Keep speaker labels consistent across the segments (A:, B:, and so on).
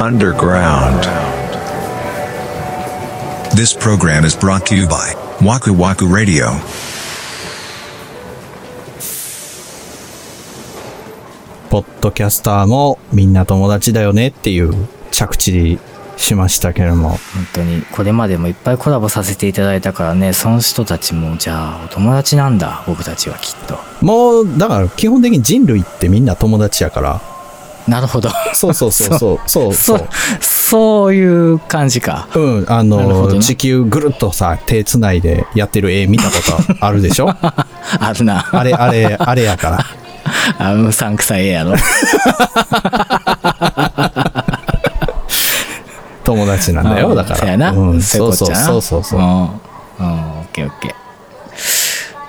A: underground.
B: This program is brought to you by Waku Waku Radio.
C: ポッドキャスターもみんな友達だよねっていう着地しましたけれども。
D: 本当にこれまでもいっぱいコラボさせていただいたからねその人たちもじゃあお友達なんだ僕たちはきっと
C: もう、だから基本的に人類ってみんな友達やから。
D: なるほど
C: そうそうそうそう、そうそ。
D: そうそういう感じか
C: うん、あ
D: なるほど
C: の、
D: ね
C: 地球ぐるっとさ、手つないでやってる絵見たことあるで しょあ
D: あるな
C: れ、あれ、あれやから。
D: あうさんくさい絵やろ
C: 友達なんだよ、だから。
D: そうやな、
C: うん、
D: そ
C: そう
D: いううこっ
C: そ
D: ち
C: う
D: ゃな
C: そうそうそうう。
D: ん、うん、オッケーオッケ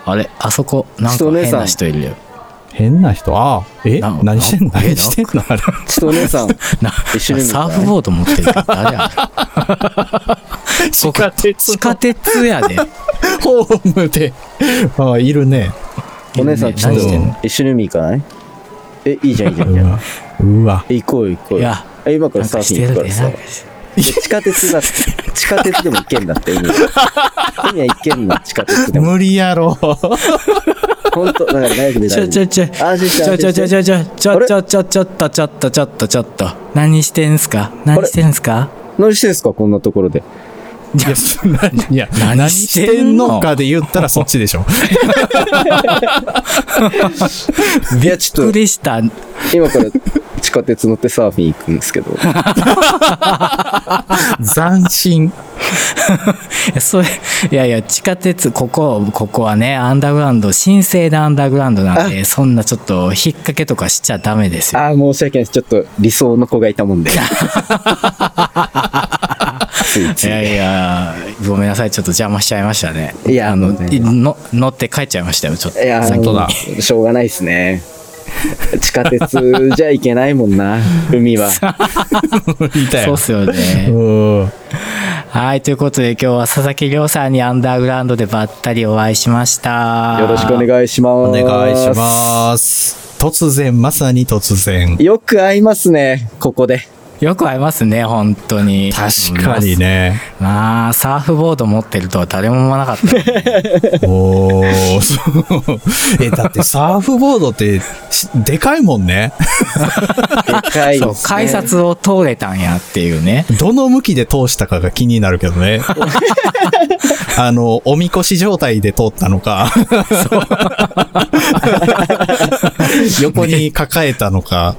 D: ーあれあそこなん
E: ちょ
D: か
E: っとお姉
D: 変
E: さん
D: な人いるよ
C: 変な人、ああ、え
D: な
C: 何してんの
D: な
C: 何してんのあれ。
E: ちょっとお 姉さん、
D: な
E: 一緒に見た
D: サーフボード持ってるから誰やれ地
C: 下鉄の
D: 地下鉄やで
C: ホームで。ああ、いるね。
E: お姉さん、
D: ね
E: ちょっ
D: 何してんの
E: と一緒に海行かないえ、いいじゃん、いいじゃん、いいうじゃん。
C: わ。うわ。
E: 行こう行こう
D: い
E: よ
D: や。
E: え今
D: な
E: から
D: んか
E: サーフ
D: し
E: ィン
D: て
E: 行
D: る
E: く
D: で
E: から
D: な
E: さ
D: ん。かし
E: で地下鉄だって、 地下鉄でも行けんだって、海。海は行けんの、地下鉄でも。
C: 無理や ろ。
E: ほんと、だからナイフで
D: ち
E: 大
D: ょち
E: 丈
D: ょちょ
E: 夫。安心して、
D: ちょ
E: 安
D: ちょ
E: 心
D: ちょ
E: して。
D: ちょち
E: あ
D: ょ
E: れ
D: ちょちょちょっとちょっとちょっとちょっと何してんすか何してんすか
E: 何してんすか、こんなところで。
C: いや、そんなにいや
D: 何
C: 何してんのかで言ったらそっちでしょ。
D: びっ
E: いや、ちょっ
D: く
E: と、
D: りした
E: 今から地下鉄乗ってサーフィン行くんですけど。
C: 斬新。
D: いやそれいやいや地下鉄ここここはねアンダーグラウンド神聖なアンダーグラウンドなんでそんなちょっと引っ掛けとかしちゃダメですよ
E: ああ、申し訳ないです。ちょっと理想の子がいたもん で。ついつ
D: い
E: い。
D: やいやごめんなさいちょっと邪魔しちゃいましたね
E: いや
D: あの
E: 全
D: いの乗って帰っちゃいましたよちょっと
E: いや、
D: 先
C: だ
E: うんしょうがないですね。地下鉄じゃいけないもんな、海は。
C: みたい
D: そう
C: な
D: っ。すよね
C: うん。
D: はい、ということで今日は佐々木亮さんにアンダーグラウンドでばったりお会いしました。
E: よろしくお
D: い
E: 願いします。
C: お願いします。突然、まさに突然。
E: よく会いますね、ここで。
D: よく会いますね、本当に。
C: 確かに。ね。
D: まあ、サーフボード持ってるとは誰も思わなかった。
C: おー、そう。 え、だってサーフボードってしでかいもんね。
E: でかいです、
D: そ
E: ね
D: う、。改札を通れたんやっていうね。
C: どの向きで通したかが気になるけど ね。あの、おみこし状態で通ったのか、横に抱えたのか、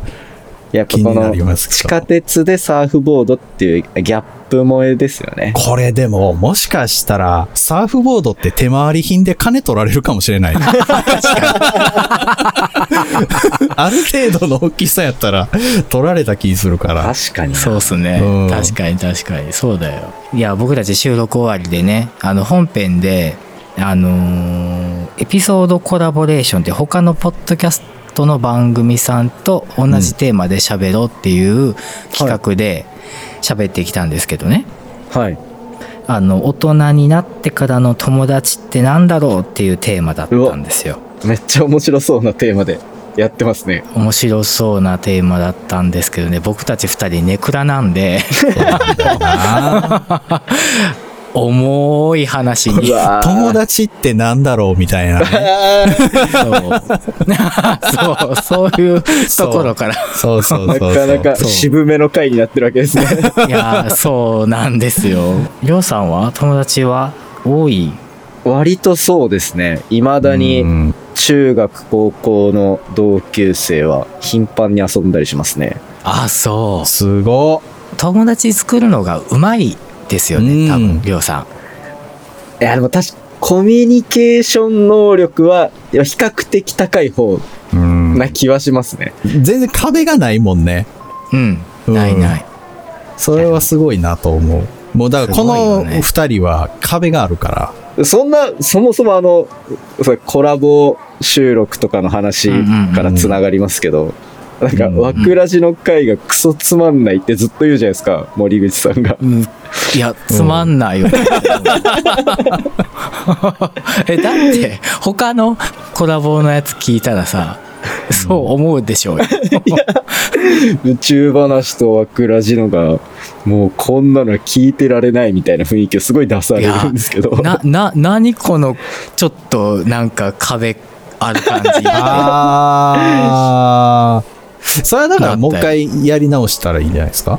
E: やっぱ
C: 気
E: こ
C: になり
E: の
C: ますけど
E: 地下鉄でサーフボードっていうギャップ萌えですよね。
C: これでも、もしかしたら、サーフボードって手回り品で金取られるかもしれ ない。ある程度の大きさやったら、取られた気するから。
E: 確かにな。
D: そうっすね
C: うん。
D: 確かに確かに。そうだよ。いや、僕たち収録終わりでね、あの、本編で、あのーエピソードコラボレーションって他のポッドキャストの番組さんと同じテーマで喋ろうっていう企画で喋ってきたんですけどね。
E: はい。
D: あの、大人になってからの友達ってなんだろうっていうテーマだったんですよ。
E: めっちゃ面白そうなテーマでやってますね。
D: 面白そうなテーマだったんですけどね、僕たち二人ネクラなんで、 重い話に
E: う。わー
C: 友達ってなんだろうみたいなね、
E: あー
D: そう そう、そういうところから。
C: そうそうそ
E: な
C: うそう。
E: かなか
D: そう
E: 渋めの回になってるわけ ですね。
D: いやー、そうなんですよ。りょうさんは友達は多い
E: 割とそうですね。未だ
C: う
E: に
C: ん
E: 中学高校の同級生は頻繁に遊んだりしますね。
D: あ、そ
C: すご
D: う。友達作るのがうまいですよ
C: うん
D: ね、多分、りょうさん。
E: いや、でも確かコミュニケーション能力は比較的高い方
C: っうん
E: な気はしますね。
C: 全然壁がないもんね。
D: うん、
C: うん
D: ないない。
C: それはすごいなと思う。もうだからこ
D: すごいよ
C: の
D: ね
C: 二人は壁があるから。
E: そんな、そもそもあの、それコラボ収録とかの話からつながりますけど、なんか、
C: うん
E: わくらじの回がクソつまんないってずっと言うじゃないですか、森口さんが。
D: うんいや、つまんないよ。 え、だって、他のコラボのやつ聞いたらさ、そう思うでしょうよ。
E: 宇宙話と枠ラジのが、もうこんなの聞いてられないみたいな雰囲気をすごい出されるんですけど。
D: な、な、何この、ちょっとなんか壁ある感じ。
C: ああ。 それはだから
D: だって
C: もう一回やり直したらいいんじゃないですか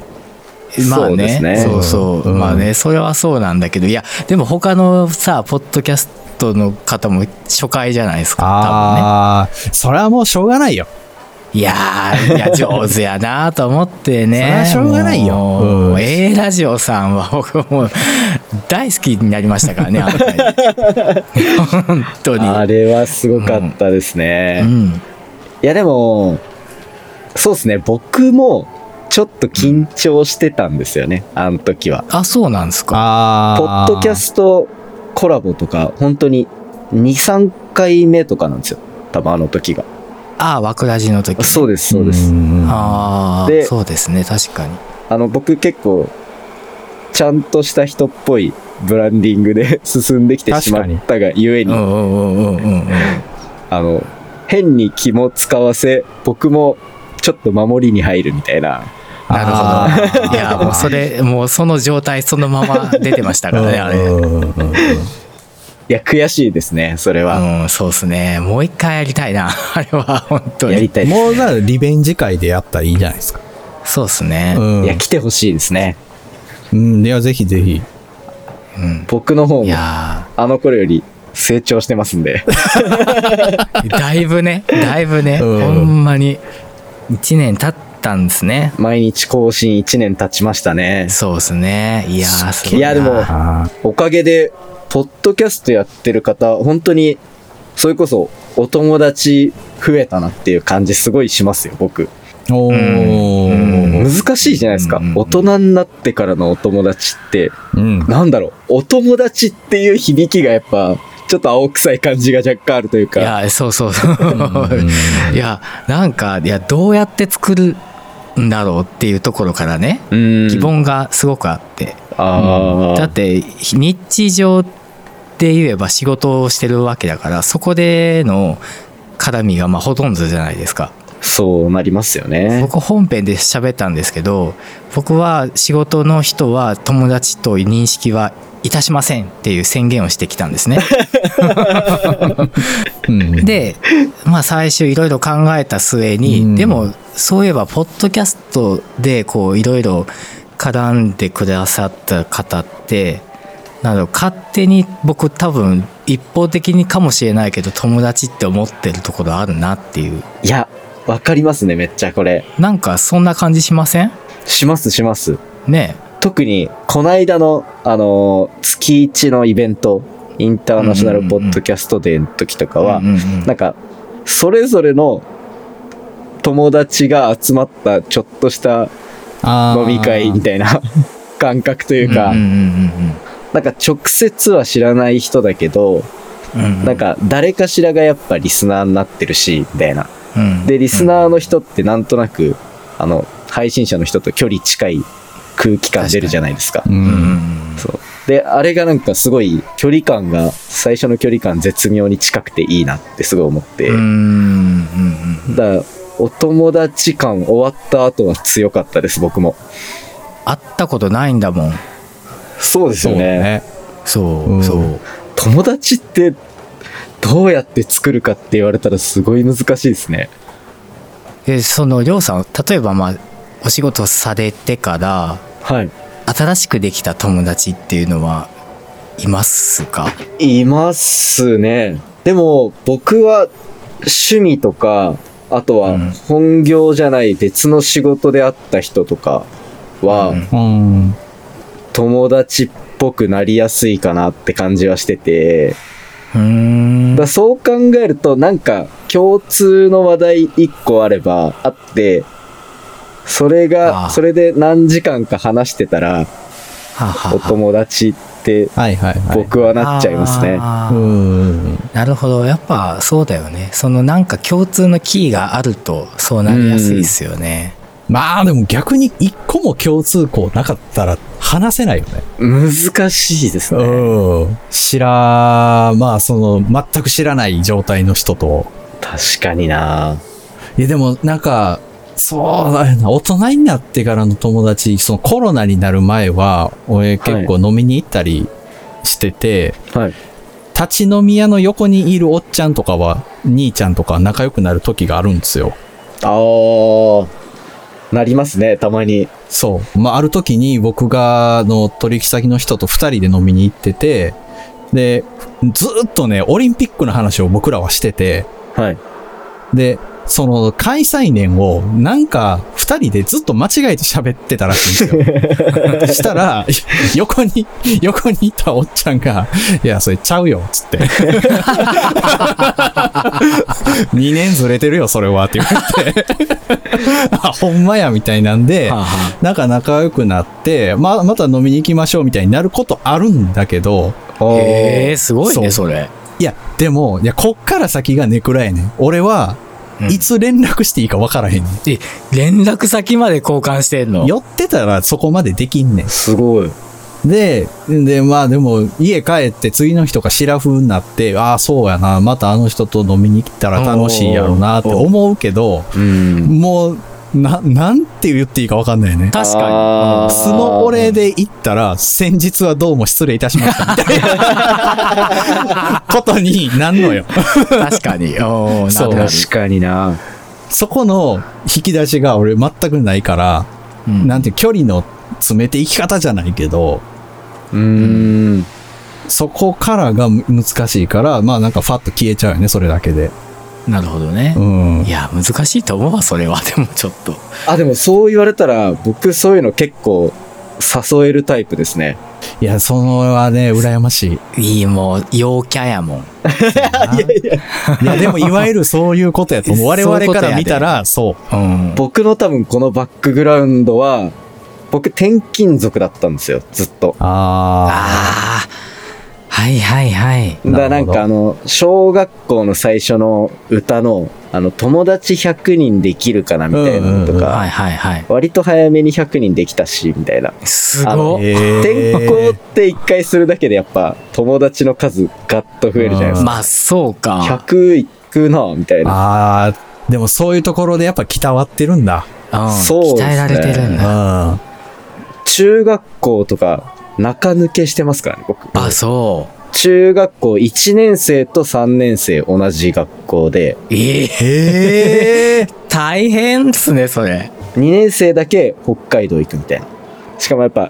D: まあ
E: そうですね
D: ね。そうそう。
C: うん
D: まあね、それはそうなんだけど、いや、でも他のさ、ポッドキャストの方も初回じゃないですか、
C: ああ、それはもうしょうがないよ。
D: 多分ね。いやー、いや、上手やなと思って
C: それは
D: ね。
C: しょうがないよ
D: もう
C: うん
D: A ラジオさんは僕もう大好きになりましたからね、あの回本当に。
E: あれはすごかったですね。
D: うん。
E: いやでも、そうですね、僕もちょっと緊張してたんですよね、あの時は。
D: あ、そうなんですか。
C: あ
E: ポ
C: あ。
E: ッドキャストコラボとか、本当に2、3回目とかなんですよ、多分あの時が。
D: ああ、枠ラジの時。
E: そうです、そうです。
C: ん
D: あ
E: で
D: あ、そうですね、確かに。
E: あの、僕結構、ちゃんとした人っぽいブランディングで 進んできてしまったがゆえ
D: う
E: に、
D: んうんうんうんうんうん。
E: あの、変に気も使わせ、僕もちょっと守りに入るみたいな。
D: なるほ
C: あー
D: ど。いや、もうそれ、もうその状態そのまま出てましたからね、あれ。
C: うんうんうん
E: いや、悔しいですね、それは。
D: うん、そうですね。もう一回やりたいな、あれは、本当
E: やり
D: に。
E: たいです。
C: もうだからリベンジ会でやったらいいじゃないですか。
D: そうですね
C: う。ん
E: いや、来てほしいですね。
C: うん、いや、ぜひぜひ。
D: うん。
E: 僕の方
D: い
E: も、
D: や
E: あの頃より成長してますん で。
D: ーだいぶね、だいぶね、
C: うん
D: ほんまに、一年経ったんですね。
E: 毎日更新1年経ちましたね。
D: そうですね。いやー、すご
E: いやでも
D: な
C: あ
E: おかげで、ポッドキャストやってる方、本当に、それこそ、お友達増えたなっていう感じすごいしますよ、僕。
C: ーお
D: うん
C: ー。
E: 難しいじゃないですか
D: うん。
E: 大人になってからのお友達って、
C: うん。
E: なんだろう、お友達っていう響きがやっぱ、ちょっと青臭い感じが若干あるという
D: い
E: か。
D: や、そうそうそう。 いや、なんか、いや、どうやって作るんだろうっていうところからね、
E: うん
D: 疑。問がすごくあって。
E: あ
D: だ
E: あ
D: っ。て日常で言えば仕事をしてるわけだからそこでの絡みがまあほとんどじゃないですか
E: そうなりますよね。
D: 僕本編で喋ったんですけど僕は仕事の人は友達と認識はいたしませんっていう宣言をしてきたんで すね
C: うん、
D: でまあ最終いろいろ考えた末に、
C: うん
D: でもそういえばポッドキャストでこういろいろ絡んでくださった方ってなんだろう勝手に僕多分一方的にかもしれないけど友達って思ってるところあるなっていう
E: いや、わかりますね、めっちゃこれ。
D: なんかそんな感じしません
E: します、します。
D: ね
E: 特にこの間の、あのー月一のイベントインターナショナルポッドキャストデーの時とかは、
D: うんうんうん
E: なんかそれぞれの友達が集まったちょっとした
C: あー
E: 飲み会みたいな 感覚というか、
D: うんうん
E: なんか直接は知らない人だけど、
D: うんうん
E: なんか誰かしらがやっぱリスナーになってるしみたいな
D: うん
E: でリスナーの人ってなんとなくあの配信者の人と距離近い空気感出るじゃないですか
C: う
D: うんうん
C: ん。
E: そう。で、あれがなんかすごい距離感が、最初の距離感絶妙に近くていいなってすごい思って。
D: うんうんうん
E: だから、お友達感終わった後は強かったです、僕も。
D: 会ったことないんだもん
E: そうです
C: そう
E: よね。
C: ね。
D: そう、
C: うん
D: そう
E: 友達って、どうやって作るかって言われたらすごい難しいですね。
D: でそのりょうさん例えばまあお仕事されてから
E: はい。
D: 新しくできた友達っていうのはいますか
E: いますね。でも、僕は趣味とか、あと
D: う
E: は
D: ん
E: 本業じゃない別の仕事で会った人とかは、
D: うん
C: うん。
E: 友達っぽくなりやすいかなって感じはしてて、
D: うーん
E: だからそう考えるとなんか共通の話題一個あればあって、それ
D: あ
E: が、
D: あ
E: それで何時間か話してたら、
D: はは
E: お友達って
C: はいはいはい。
E: 僕はなっちゃいますね。
D: あ
C: う
D: ー
C: ん。
D: なるほどやっぱそうだよねそのなんか共通のキーがあるとそうなりやすいですよね、
C: まあでも逆に一個も共通項なかったら話せないよね。
E: 難しいですね。
C: うん。知ら、まあその全く知らない状態の人と
E: 確かにな
C: いやでもなんか、そうだよな、大人になってからの友達、そのコロナになる前は、俺結構飲みに行ったりしてて、
E: はい。
C: 立ち飲み屋の横にいるおっちゃんとかは、兄ちゃんとか仲良くなる時があるんですよ。
E: あー、なりますね、たまに。
C: そう。まあ、ある時に僕が、あの、取引先の人と二人で飲みに行ってて、で、ずーっとね、オリンピックの話を僕らはしてて、
E: はい。
C: で、その開催年をなんか二人でずっと間違えて喋ってたらしいんですよ。したら、横に、横にいたおっちゃんが、いや、それちゃうよ、つって。2年ずれてるよ、それは、って言って。あ、ほんまや、みたいなんで、
D: はあは
C: なんか仲良くなって、まあ、また飲みに行きましょうみたいになることあるんだけど、
D: あ、
E: お
D: へえすごいね
C: そ
D: それ、
C: いや、でも、いや、こっから先がネクラやねん。俺は、
D: うん
C: いつ連絡していいか分からへんねん。
D: え連絡先まで交換してんの
C: 寄ってたらそこまでできんね
E: すごい。
C: ん。で、で、まあでも、家帰って次の人がシラフになって、ああ、そうやな、またあの人と飲みに来たら楽しいやろなって思うけど、
E: うん。
C: もう、な、なんて言っていいか分かんないよね。
D: 確か
E: あー
C: スノボレで行ったら、先日はどうも失礼いたしましたみたいなことになんのよ。
D: に確かにおー
C: そう
D: なるなる
E: 確かにな。
C: そこの引き出しが俺全くないから、
D: うん
C: なんて距離の詰めていき方じゃないけど、
E: うーん。
C: そこからが難しいから、まあなんかファッと消えちゃうよね、それだけで。
D: なるほどね
C: う、ん
D: い。や難しいと思うわそれは でもちょっと
E: あ、でもそう言われたら、僕そういうの結構誘えるタイプですね。
C: いや、そのはね、羨ま しい。
D: いいもう陽キャやもん
C: いや、でもいわゆる そういうことやと思う。
D: そう
C: 我
D: いうこと
C: 々
D: やで
C: から見たら、そう。
D: うん
E: 僕の多分このバックグラウンドは、僕転勤族だったんですよ、ずっと。
C: あ
D: ああはいはいはい
E: だから
C: な
E: な
C: る
E: ん
C: ほど
E: かあの、小学校の最初の歌の、あの、友達100人できるかなみたいなのと
C: うんうんうん
E: か、
D: はいはいはい
E: 割と早めに100人できたし、みたいな。
D: す
E: あ
C: あ。
D: ごっ
C: へー
E: 転校って一回するだけでやっぱ友達の数ガッと増えるじゃないですか。
D: まあそうか
E: 100いくな、みたいな。
C: ああ、でもそういうところでやっぱたわってるんだ。
D: うん
E: そうです
D: 鍛
E: ね
D: えられてる
C: うんん。
D: だ
C: あ
E: 中学校とか中抜けしてますからね、僕。
D: あそ
E: 中学校1年生と3年生同じ学校で、
D: うええ
C: へえ。
D: 大変っすねそれ
E: 2年生だけ北海道行くみたいな。しかもやっぱ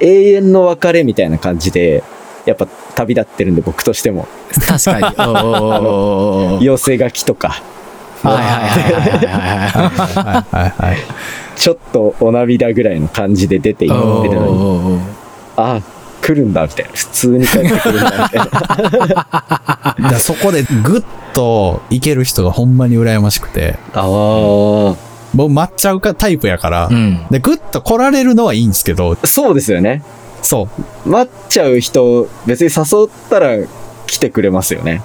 E: 永遠の別れみたいな感じで、やっぱ旅立ってるんで僕としても、
D: 確かに おーおーおーおー
E: 寄せ書きとか、
D: はいはいはいはいは
C: は
D: いはい
C: いはいはい。
E: ちょっとお涙ぐら いの感じで出て行ってるのに、
D: おー
E: あ、来るんだ、みたいな。普通に帰ってくるんだ、みたいな。
C: だからそこでグッといける人がほんまに羨ましくて。
E: あ
C: 僕抹茶うかタイプやから。
D: うん
C: で、グッと来られるのはいいんですけど、
E: あ。そうですよね。
C: そう。
E: 待っちゃう人、別に誘ったら来てくれますよね。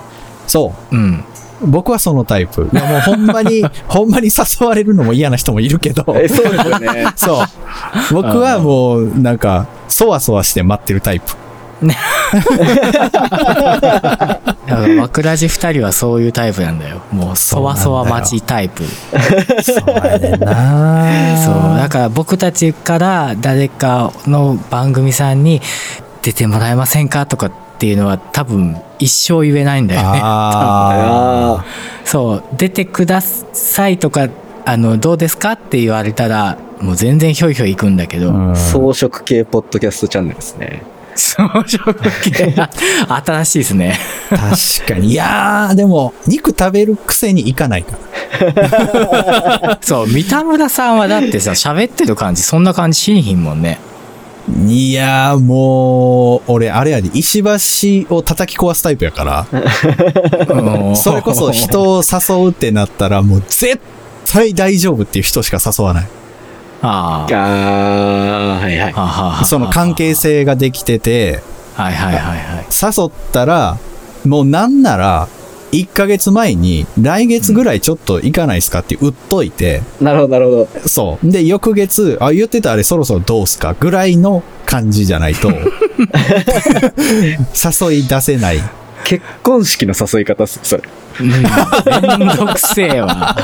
C: そ
D: うん
C: う。僕はそのタイプ。いやもうほんま に、ほんまに誘われるのも嫌な人もいるけど。。
E: えそうですよね
C: そう。僕はもう、なんか、そわそわして待ってるタイプ。
D: だから枕地二人はそういうタイプなんだよもうそわそわ待ちタイプ
C: そうやねん な
D: そうだから僕たちから誰かの番組さんに出てもらえませんかとかっていうのは多分一生言えないんだよね
C: ああ。
D: そう出てくださいとかあのどうですかって言われたらもう全然ひょいひょい行くんだけど、
C: うん
E: 装飾系ポッドキャストチャンネルですね。
D: そう系新しいですね
C: 確かに。いやー、でも、肉食べるくせにいかないから。
D: そう三田村さんはだってさ喋ってる感じそんな感じしんひんもんね
C: いやー、もう、俺、あれやで、石橋を叩き壊すタイプやから、それこそ人を誘うってなったら、もう絶対大丈夫っていう人しか誘わない。
D: あー
E: あー、はいはい。
D: ははは
C: その関係性ができてて、
D: はいはいはいはい
C: 誘ったら、もうなんなら、1ヶ月前に、来月ぐらいちょっと行かないですかって売っといて、
E: なるほど、なるほど。
C: そう。で、翌月、あ、言ってたあれそろそろどうすかぐ らいの感じじゃないと、誘い出せない
E: 結婚式の誘い方っすそれ
D: うんめんどくせえ わ。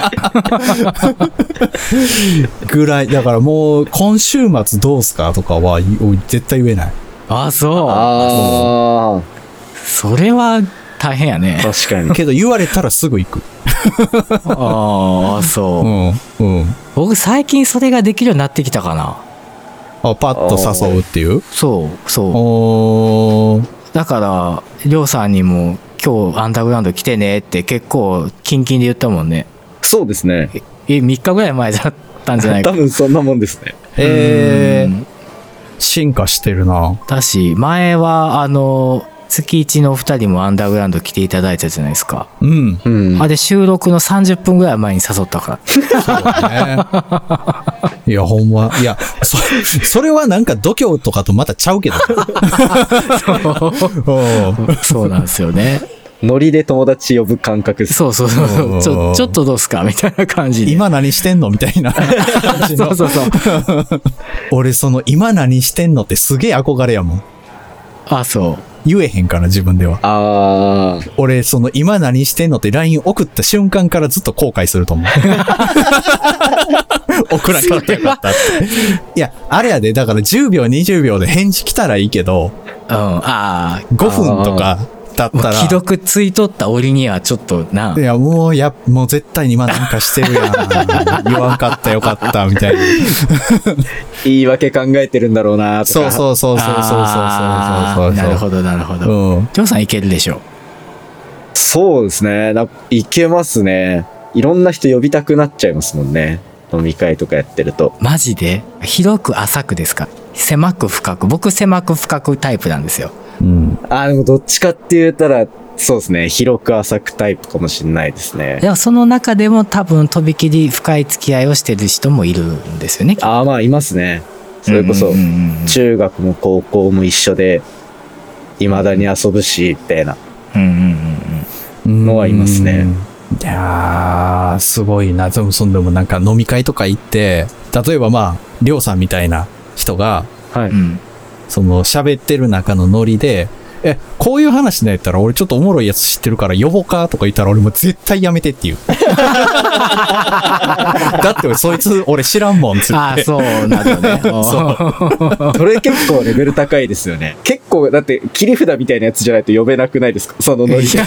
C: ぐらい、だからもう、今週末どうすかとかは、い絶対言えない。
D: あ、そ
E: ああ
D: う。それは大変やね。
E: 確かに
C: けど、言われたらすぐ行く。
D: ああ、そうう。
C: ん。うん。
D: 僕最近それができるようになってきたかな。
C: あ、パッと誘うっていう
D: そう、そう。
C: おー。
D: だから、りょうさんにも今日アンダーグラウンド来てねって結構キンキンで言ったもんね。
E: そうですね
D: え、3日ぐらい前だったんじゃない
E: 多
D: か。
E: 分そんなもんですね
C: えー、進化してるな。
D: だし、前はあの、月一のお二人もアンダーグラウンド来ていただいたじゃないですか。
C: うん。
E: うん
D: あ、で、収録の30分ぐらい前に誘った から。
C: ねいや、ほんま。いや、そ、それはなんか度胸とかとまたちゃうけど。うん
D: そうなんですよね。
E: ノリで友達呼ぶ感覚です
D: そうそうそうそう。ちょ、ちょっとどうすかみたいな感じで。
C: 今何してんのみたいな感じ
D: そ
C: の
D: う。そうそう。
C: 俺、その、今何してんのってすげえ憧れやもん。
D: あ、そう。
C: 言えへんから、自分では。
E: ああ
C: 俺、その、今何してんのって LINE 送った瞬間からずっと後悔すると 思う。送らんかったよかったって。いや、あれやで、だから10秒、20秒で返事来たらいいけど、
D: うん。ああ。
C: 5分とかだった
D: もう
C: ら。
D: 既読ついとった折にはちょっとな。
C: いや、もう、や、もう絶対に今なんかしてる やん。言わんかったよかった、みたいな。
E: 言い訳考えてるんだろうなと
C: そ
E: か
C: うそうそうそうそうそう
D: あ
C: そうそうそう。
D: ーなるほど、なるほど。
C: うん。
D: ジョーさんいけるでしょ。
E: そうですねないけますねいろんな人呼びたくなっちゃいますもんね飲み会とかやってると
D: マジで広く浅くですか狭く深く。僕狭く深くタイプなんですよ。
C: うん。
E: あーでもどっちかって言ったらそうですね広く浅くタイプかもしれないですね
D: でもその中でも多分とびきり深い付き合いをしてる人もいるんですよね。
E: ああまあいますねそれこそ
D: うんうんうん
E: 中学も高校も一緒で未だに遊ぶしみたいな
D: うんうんうん
C: の
E: はいますね。
C: いやー、すごいな。でも、そんでもなんか飲み会とか行って、例えばまあ、りょうさんみたいな人が、
E: はい
D: うんうん。
C: その喋ってる中のノリで、え、こういう話なんやったら俺ちょっとおもろいやつ知ってるから呼ぼうかとか言ったら俺もう絶対やめて っていう。だって俺そいつ俺知らんもんっつっ
D: ああ、
C: て。
D: そうなの ね。そう。
E: それ結構レベル高いですよね 結構だって切り札みたいなやつじゃないと呼べなくないですかそのノリ
D: いや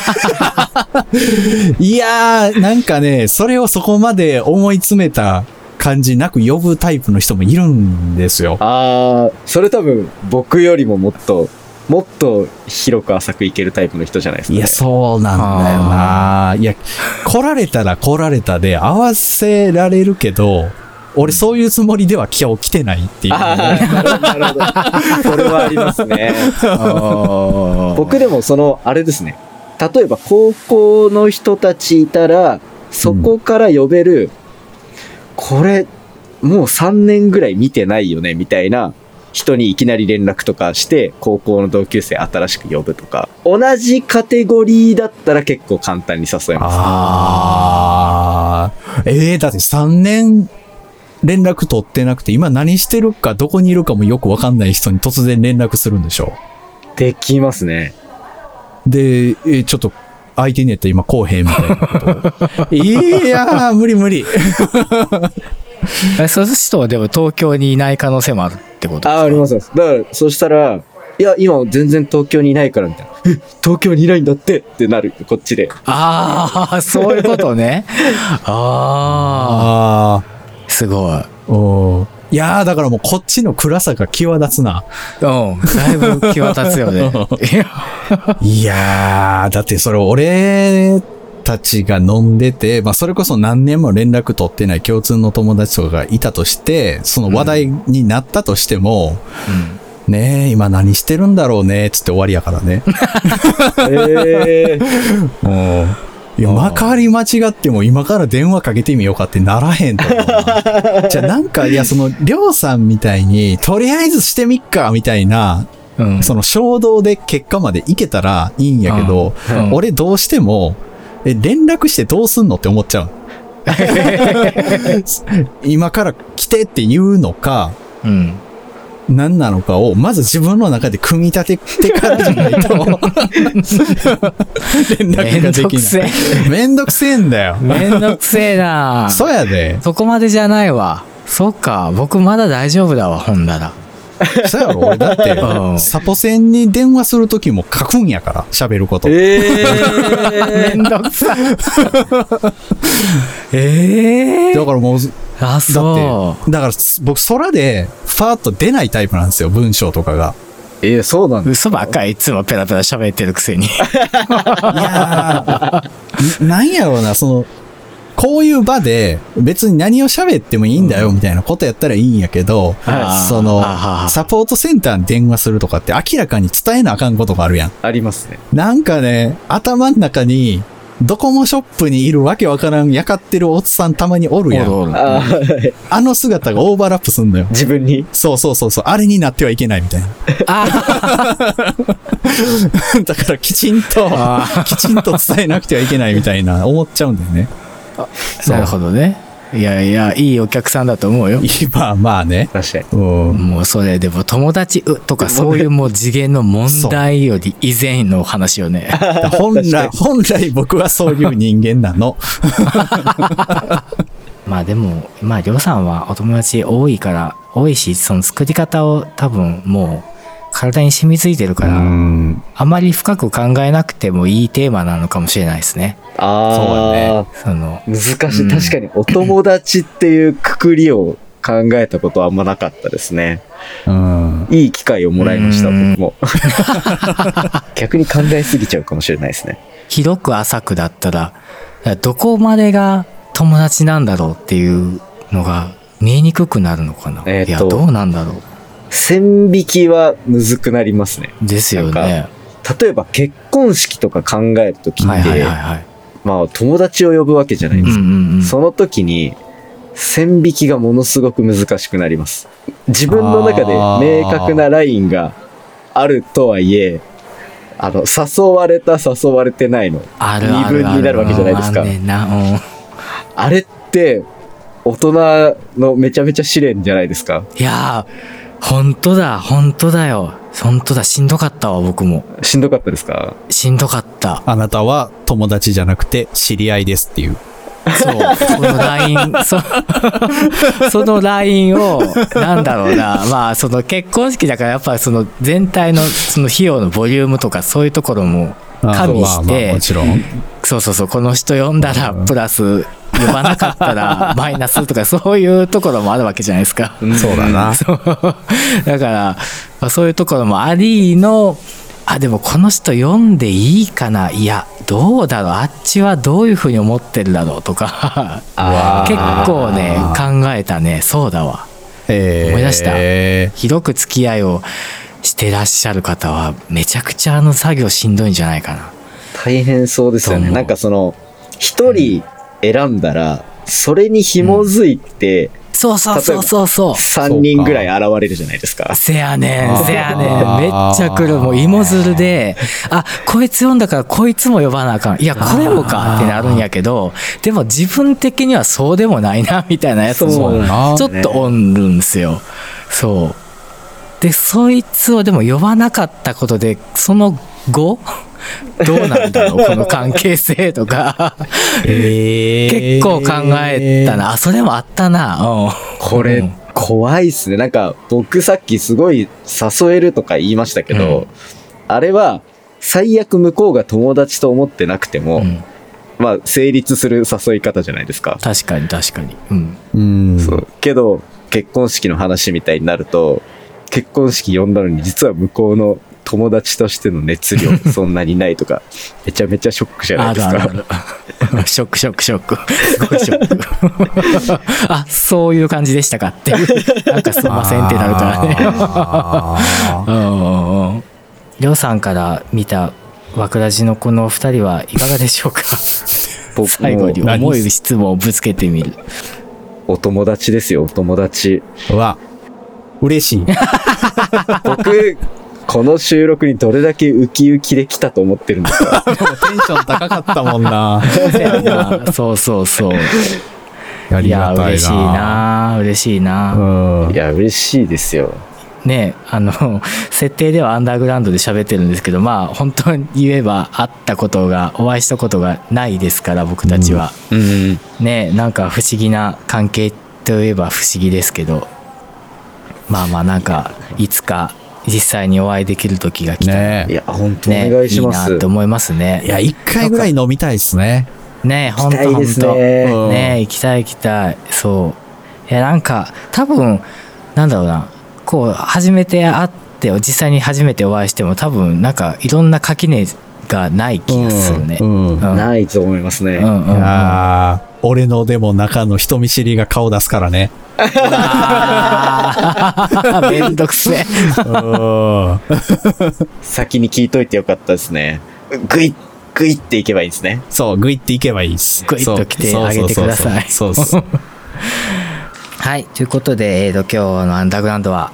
C: いやー、なんかね、それをそこまで思い詰めた感じなく呼ぶタイプの人もいるんですよ。
E: ああそれ多分僕よりももっともっと広く浅くいけるタイプの人じゃないですか、
C: い
E: ね、
C: や、そうなんだよな。いや、来られたら来られたで合わせられるけど、俺そういうつもりでは今日来てないっていうね、
E: ああ なるほどなるほどこれはありますね僕でもそのあれですね例えば高校の人たちいたらそこから呼べる、これもう3年ぐらい見てないよねみたいな人にいきなり連絡とかして高校の同級生新しく呼ぶとか同じカテゴリーだったら結構簡単に誘えます
C: ああ。ええだって3年連絡取ってなくて、今何してるか、どこにいるかもよくわかんない人に突然連絡するんでしょ
E: できますね
C: で、えーちょっと、相手にやったら今こうへんみたいなこと。 いやー、無理無理。
D: えそういう人はでも東京にいない可能性もあるってこと
E: ああ、ありますあります。だから、そしたら、いや、今全然東京にいないから、みたいな。え、東京にいないんだってってなる、こっちで。
D: ああ、そういうこと ね。あ
C: あ
D: あ、すごい。うん、
C: あ。おーいやー、だからもうこっちの暗さが際立つな。
D: だいぶ際立つよね。いや
C: いやー、だってそれ俺たちが飲んでて、まあそれこそ何年も連絡取ってない共通の友達とかがいたとして、その話題になったとしても、ねえ、今何してるんだろうね、つって終わりやからね。
E: ええ
C: いや、まかり間違っても今から電話かけてみようかってならへんと 思うなじゃあなんか、いや、その、りょうさんみたいに、とりあえずしてみっか、みたいな、
D: うん、うん、
C: その衝動で結果までいけたらいいんやけど、
D: うんうん
C: 俺どうしても、え、連絡してどうすんのって思っちゃう。 今から来てって言うのか、
D: うん。
C: 何なのかを、まず自分の中で組み立ててからじゃないと、連絡ができない。 めんどくせえんだよ。
D: めんどくせえな
C: そうやで。
D: そこまでじゃないわそっか僕まだ大丈夫だわほんなら
C: そうやろ俺だって
D: う、ん
C: サポセンに電話するときも書くんやから、喋ること。
D: め
E: え
D: んどくさい ええ
C: だからもう、
D: あ
C: だ
D: そ
C: って、だから僕空で、ファーッと出ないタイプなんですよ、文章とかが。
E: えー、そうなん
D: う
E: だ。
D: 嘘ばっかりいつもペラペラ喋ってるくせに
C: いやーなんやろうな、その、こういう場で別に何を喋ってもいいんだよみたいなことやったらいいんやけど、
D: はい
C: その
D: あはは、
C: サポートセンターに電話するとかって明らかに伝えなあかんことがあるやん。
E: ありますね。
C: なんかね、頭の中に、ドコモショップにいるわけわからん、やかってるおっさんたまにおるやん。
D: おるおる
E: あー
C: あの姿がオーバーラップすんのよ。
E: 自分に。
C: そうそうそうそう、あれになってはいけないみたいな。
D: あ
C: だからきちんと
D: あ、
C: きちんと伝えなくてはいけないみたいな、思っちゃうんだよね。
D: なるほどねいやいやいいお客さんだと思うよ
C: 今、まあね。
E: 確かに。
C: うん。
D: もうそれでも友達うとかそういうもう次元の問題より以前の話 よね
C: だから本来、本来僕はそういう人間なの。
D: まあでもまありょうさんはお友達多いから多いしその作り方を多分もう体に染みついてるから、
C: ん。
D: あまり深く考えなくてもいいテーマなのかもしれないですね
E: ああ、
D: その
E: 難
D: う
E: しい。
D: ん
E: 確かに、お友達っていうくくりを考えたことはあんまなかったですね。
C: うん。
E: いい機会をもらいました、
D: うん
E: 僕も。逆に考えすぎちゃうかもしれないですね。
D: 広く浅くだったらどこまでが友達なんだろうっていうのが見えにくくなるのかな、
E: えーっと
D: いやどうなんだろ
E: 線引きはむずくなりますね。
D: うですよ
E: な
D: ね
E: 例えば結婚式とか考えるときって、
D: はいはいはいはい
E: まあ友達を呼ぶわけじゃないですか。
D: ん
E: その時に、線引きがものすごく難しくなります。自分の中で明確なラインがあるとはいえ、あの、誘われた、誘われてないの。
D: あるある
E: 身分になるわけじゃないですか
D: あんねんなうん
E: あれって、大人のめちゃめちゃ試練じゃないですか。
D: いやー本当だ本当だよ本当だしんどかったわ僕も
E: しんどかったですか
D: しんどかった
C: あなたは友達じゃなくて知り合いですっていう。
D: そう、そのライン、そそのラインを、なんだろうな、まあ、その結婚式だから、やっぱその全体の、その費用のボリュームとか、そういうところも加味
C: まあ
D: し
C: まあ
D: て
C: も、ちろん。
D: そうそうそう、この人呼んだらプラス、呼ばなかっ たらマイナスとか、そういうところもあるわけじゃないですか。
C: そうだな。
D: そうだから、まあ、そういうところもありのあでもこの人読んでいいかないやどうだろうあっちはどういうふうに思ってるだろうとか
E: あ
D: 結構ね考えたねそうだわ
C: えー
D: 思い出した
C: え
D: 広く付き合いをしてらっしゃる方はめちゃくちゃあの作業しんどいんじゃないかな
E: 大変そうです
D: そ
E: よ
D: う
E: ね。
D: 思う
E: なんかその、一人選んだら、それに紐づいて、
D: そうそうそうそうそう
E: 3人ぐらい現れるじゃないですか。
D: せやね
C: あー
D: ん、せやねん。めっちゃ来る。もう芋づるで、あ、こいつ読んだからこいつも呼ばなあかん。いや、これもかってなるんやけど、でも自分的にはそうでもないな、みたいなやつ
E: そ
D: も
E: う、
C: なん
D: ち
C: だ
D: ょ
E: ね
D: っとおるんですよ。そう。で、そいつをでも呼ばなかったことで、その後、どうなんだ ろう、この関係性とか。結
C: 結
D: 構考えた。な。あ、それもあったな。うん。
E: こ
D: う
E: れ
D: ん、
E: 怖いっすね。なんか、僕さっきすごい誘えるとか言いましたけど、
D: うん
E: あれは、最悪向こうが友達と思ってなくても、
D: うん
E: まあ、成立する誘い方じゃないですか。
D: 確かに確かに。うん。
C: うん。
E: そう。けど、結婚式の話みたいになると、結婚式呼んだのに、実は向こうの友達としての熱 量そんなにないとか、めちゃめちゃショックじゃないです
D: あ
E: か。
D: るあ るあるショックショックショック。すごいショック。あ、そういう感じでしたかっていう。なんかすいませんってなるからね。
C: ね。
D: うんうんうん。りょうさんから見た枠ラジのこのお二人はいかがでしょうか
E: 僕
D: 最後に
E: もう
D: 思い質問をぶつけて みる。
E: お友達ですよ、お友達。
C: は、嬉 しい。
E: 僕、この収録にどれだけウキウキできたと思ってるんですか
C: でもテンション高かったもんな。
D: そうそうそう。
C: あ
D: いや、嬉しい。な嬉しいな、
C: うん
E: い。や、嬉しいですよ。
D: ね、あの、 設定ではアンダーグラウンドで喋ってるんですけど、まあ、本当に言えば会ったことが、お会いしたことがないですから、僕たちは。
E: うん。
D: ね、なんか不思議な関係といえば不思議ですけど、まあまあ、なんか、いつか実際にお会いできる時が来たら、ね、
C: ね
E: い
C: え。
E: や、本当お願いしま
D: い
E: す。
D: いなと思いますね。
C: いや、一回ぐらい飲みたいですね。
D: ね
E: 行
D: 本
E: きた
D: 当
E: いで
D: 本
E: す
D: 当
E: ね。
C: うん
D: ね行きたい行きたいそういやなんか多分なんだろうなこう初めて会って実際に初めてお会いしても多分なんかいろんな垣根がない気がするね、
C: うんうん
D: うん
E: ないと思いますね。
D: うんうんうん
C: あー俺のでも中の人見知りが顔出すからね。
D: あー めんどくせえ
C: うん
E: 先に聞いといてよかったですね。グイッ、グイっていけばいいですね。
C: そう、グイっていけばいいです。
D: グイッと来てあげてください
C: そうそうそ うそうそうそう
D: はいということで、えーと今日のアンダーグラウンドは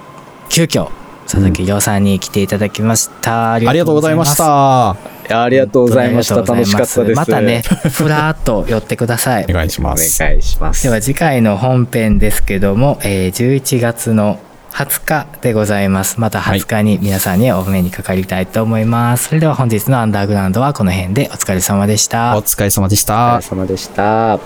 D: 急遽佐々木亮さんに来ていただきました、
C: ありがとうございました。お
E: いやありがとうございました。
D: 本当にあ
E: 楽
D: り
E: し
D: が
E: か
D: とうご
E: った
D: ざい
E: です。
D: ますまたね、ふらーっと寄ってください。
C: 願いし
E: お
C: ます。
E: 願いします。
D: では次回の本編ですけども、えー11月の20日でございます。また
C: はい
D: 20日に皆さんにお目にかかりたいと思います。それでは本日のアンダーグラウンドはこの辺でお疲れ様でした。
C: お疲れ様でし
E: お疲
C: た
E: れ。様でした。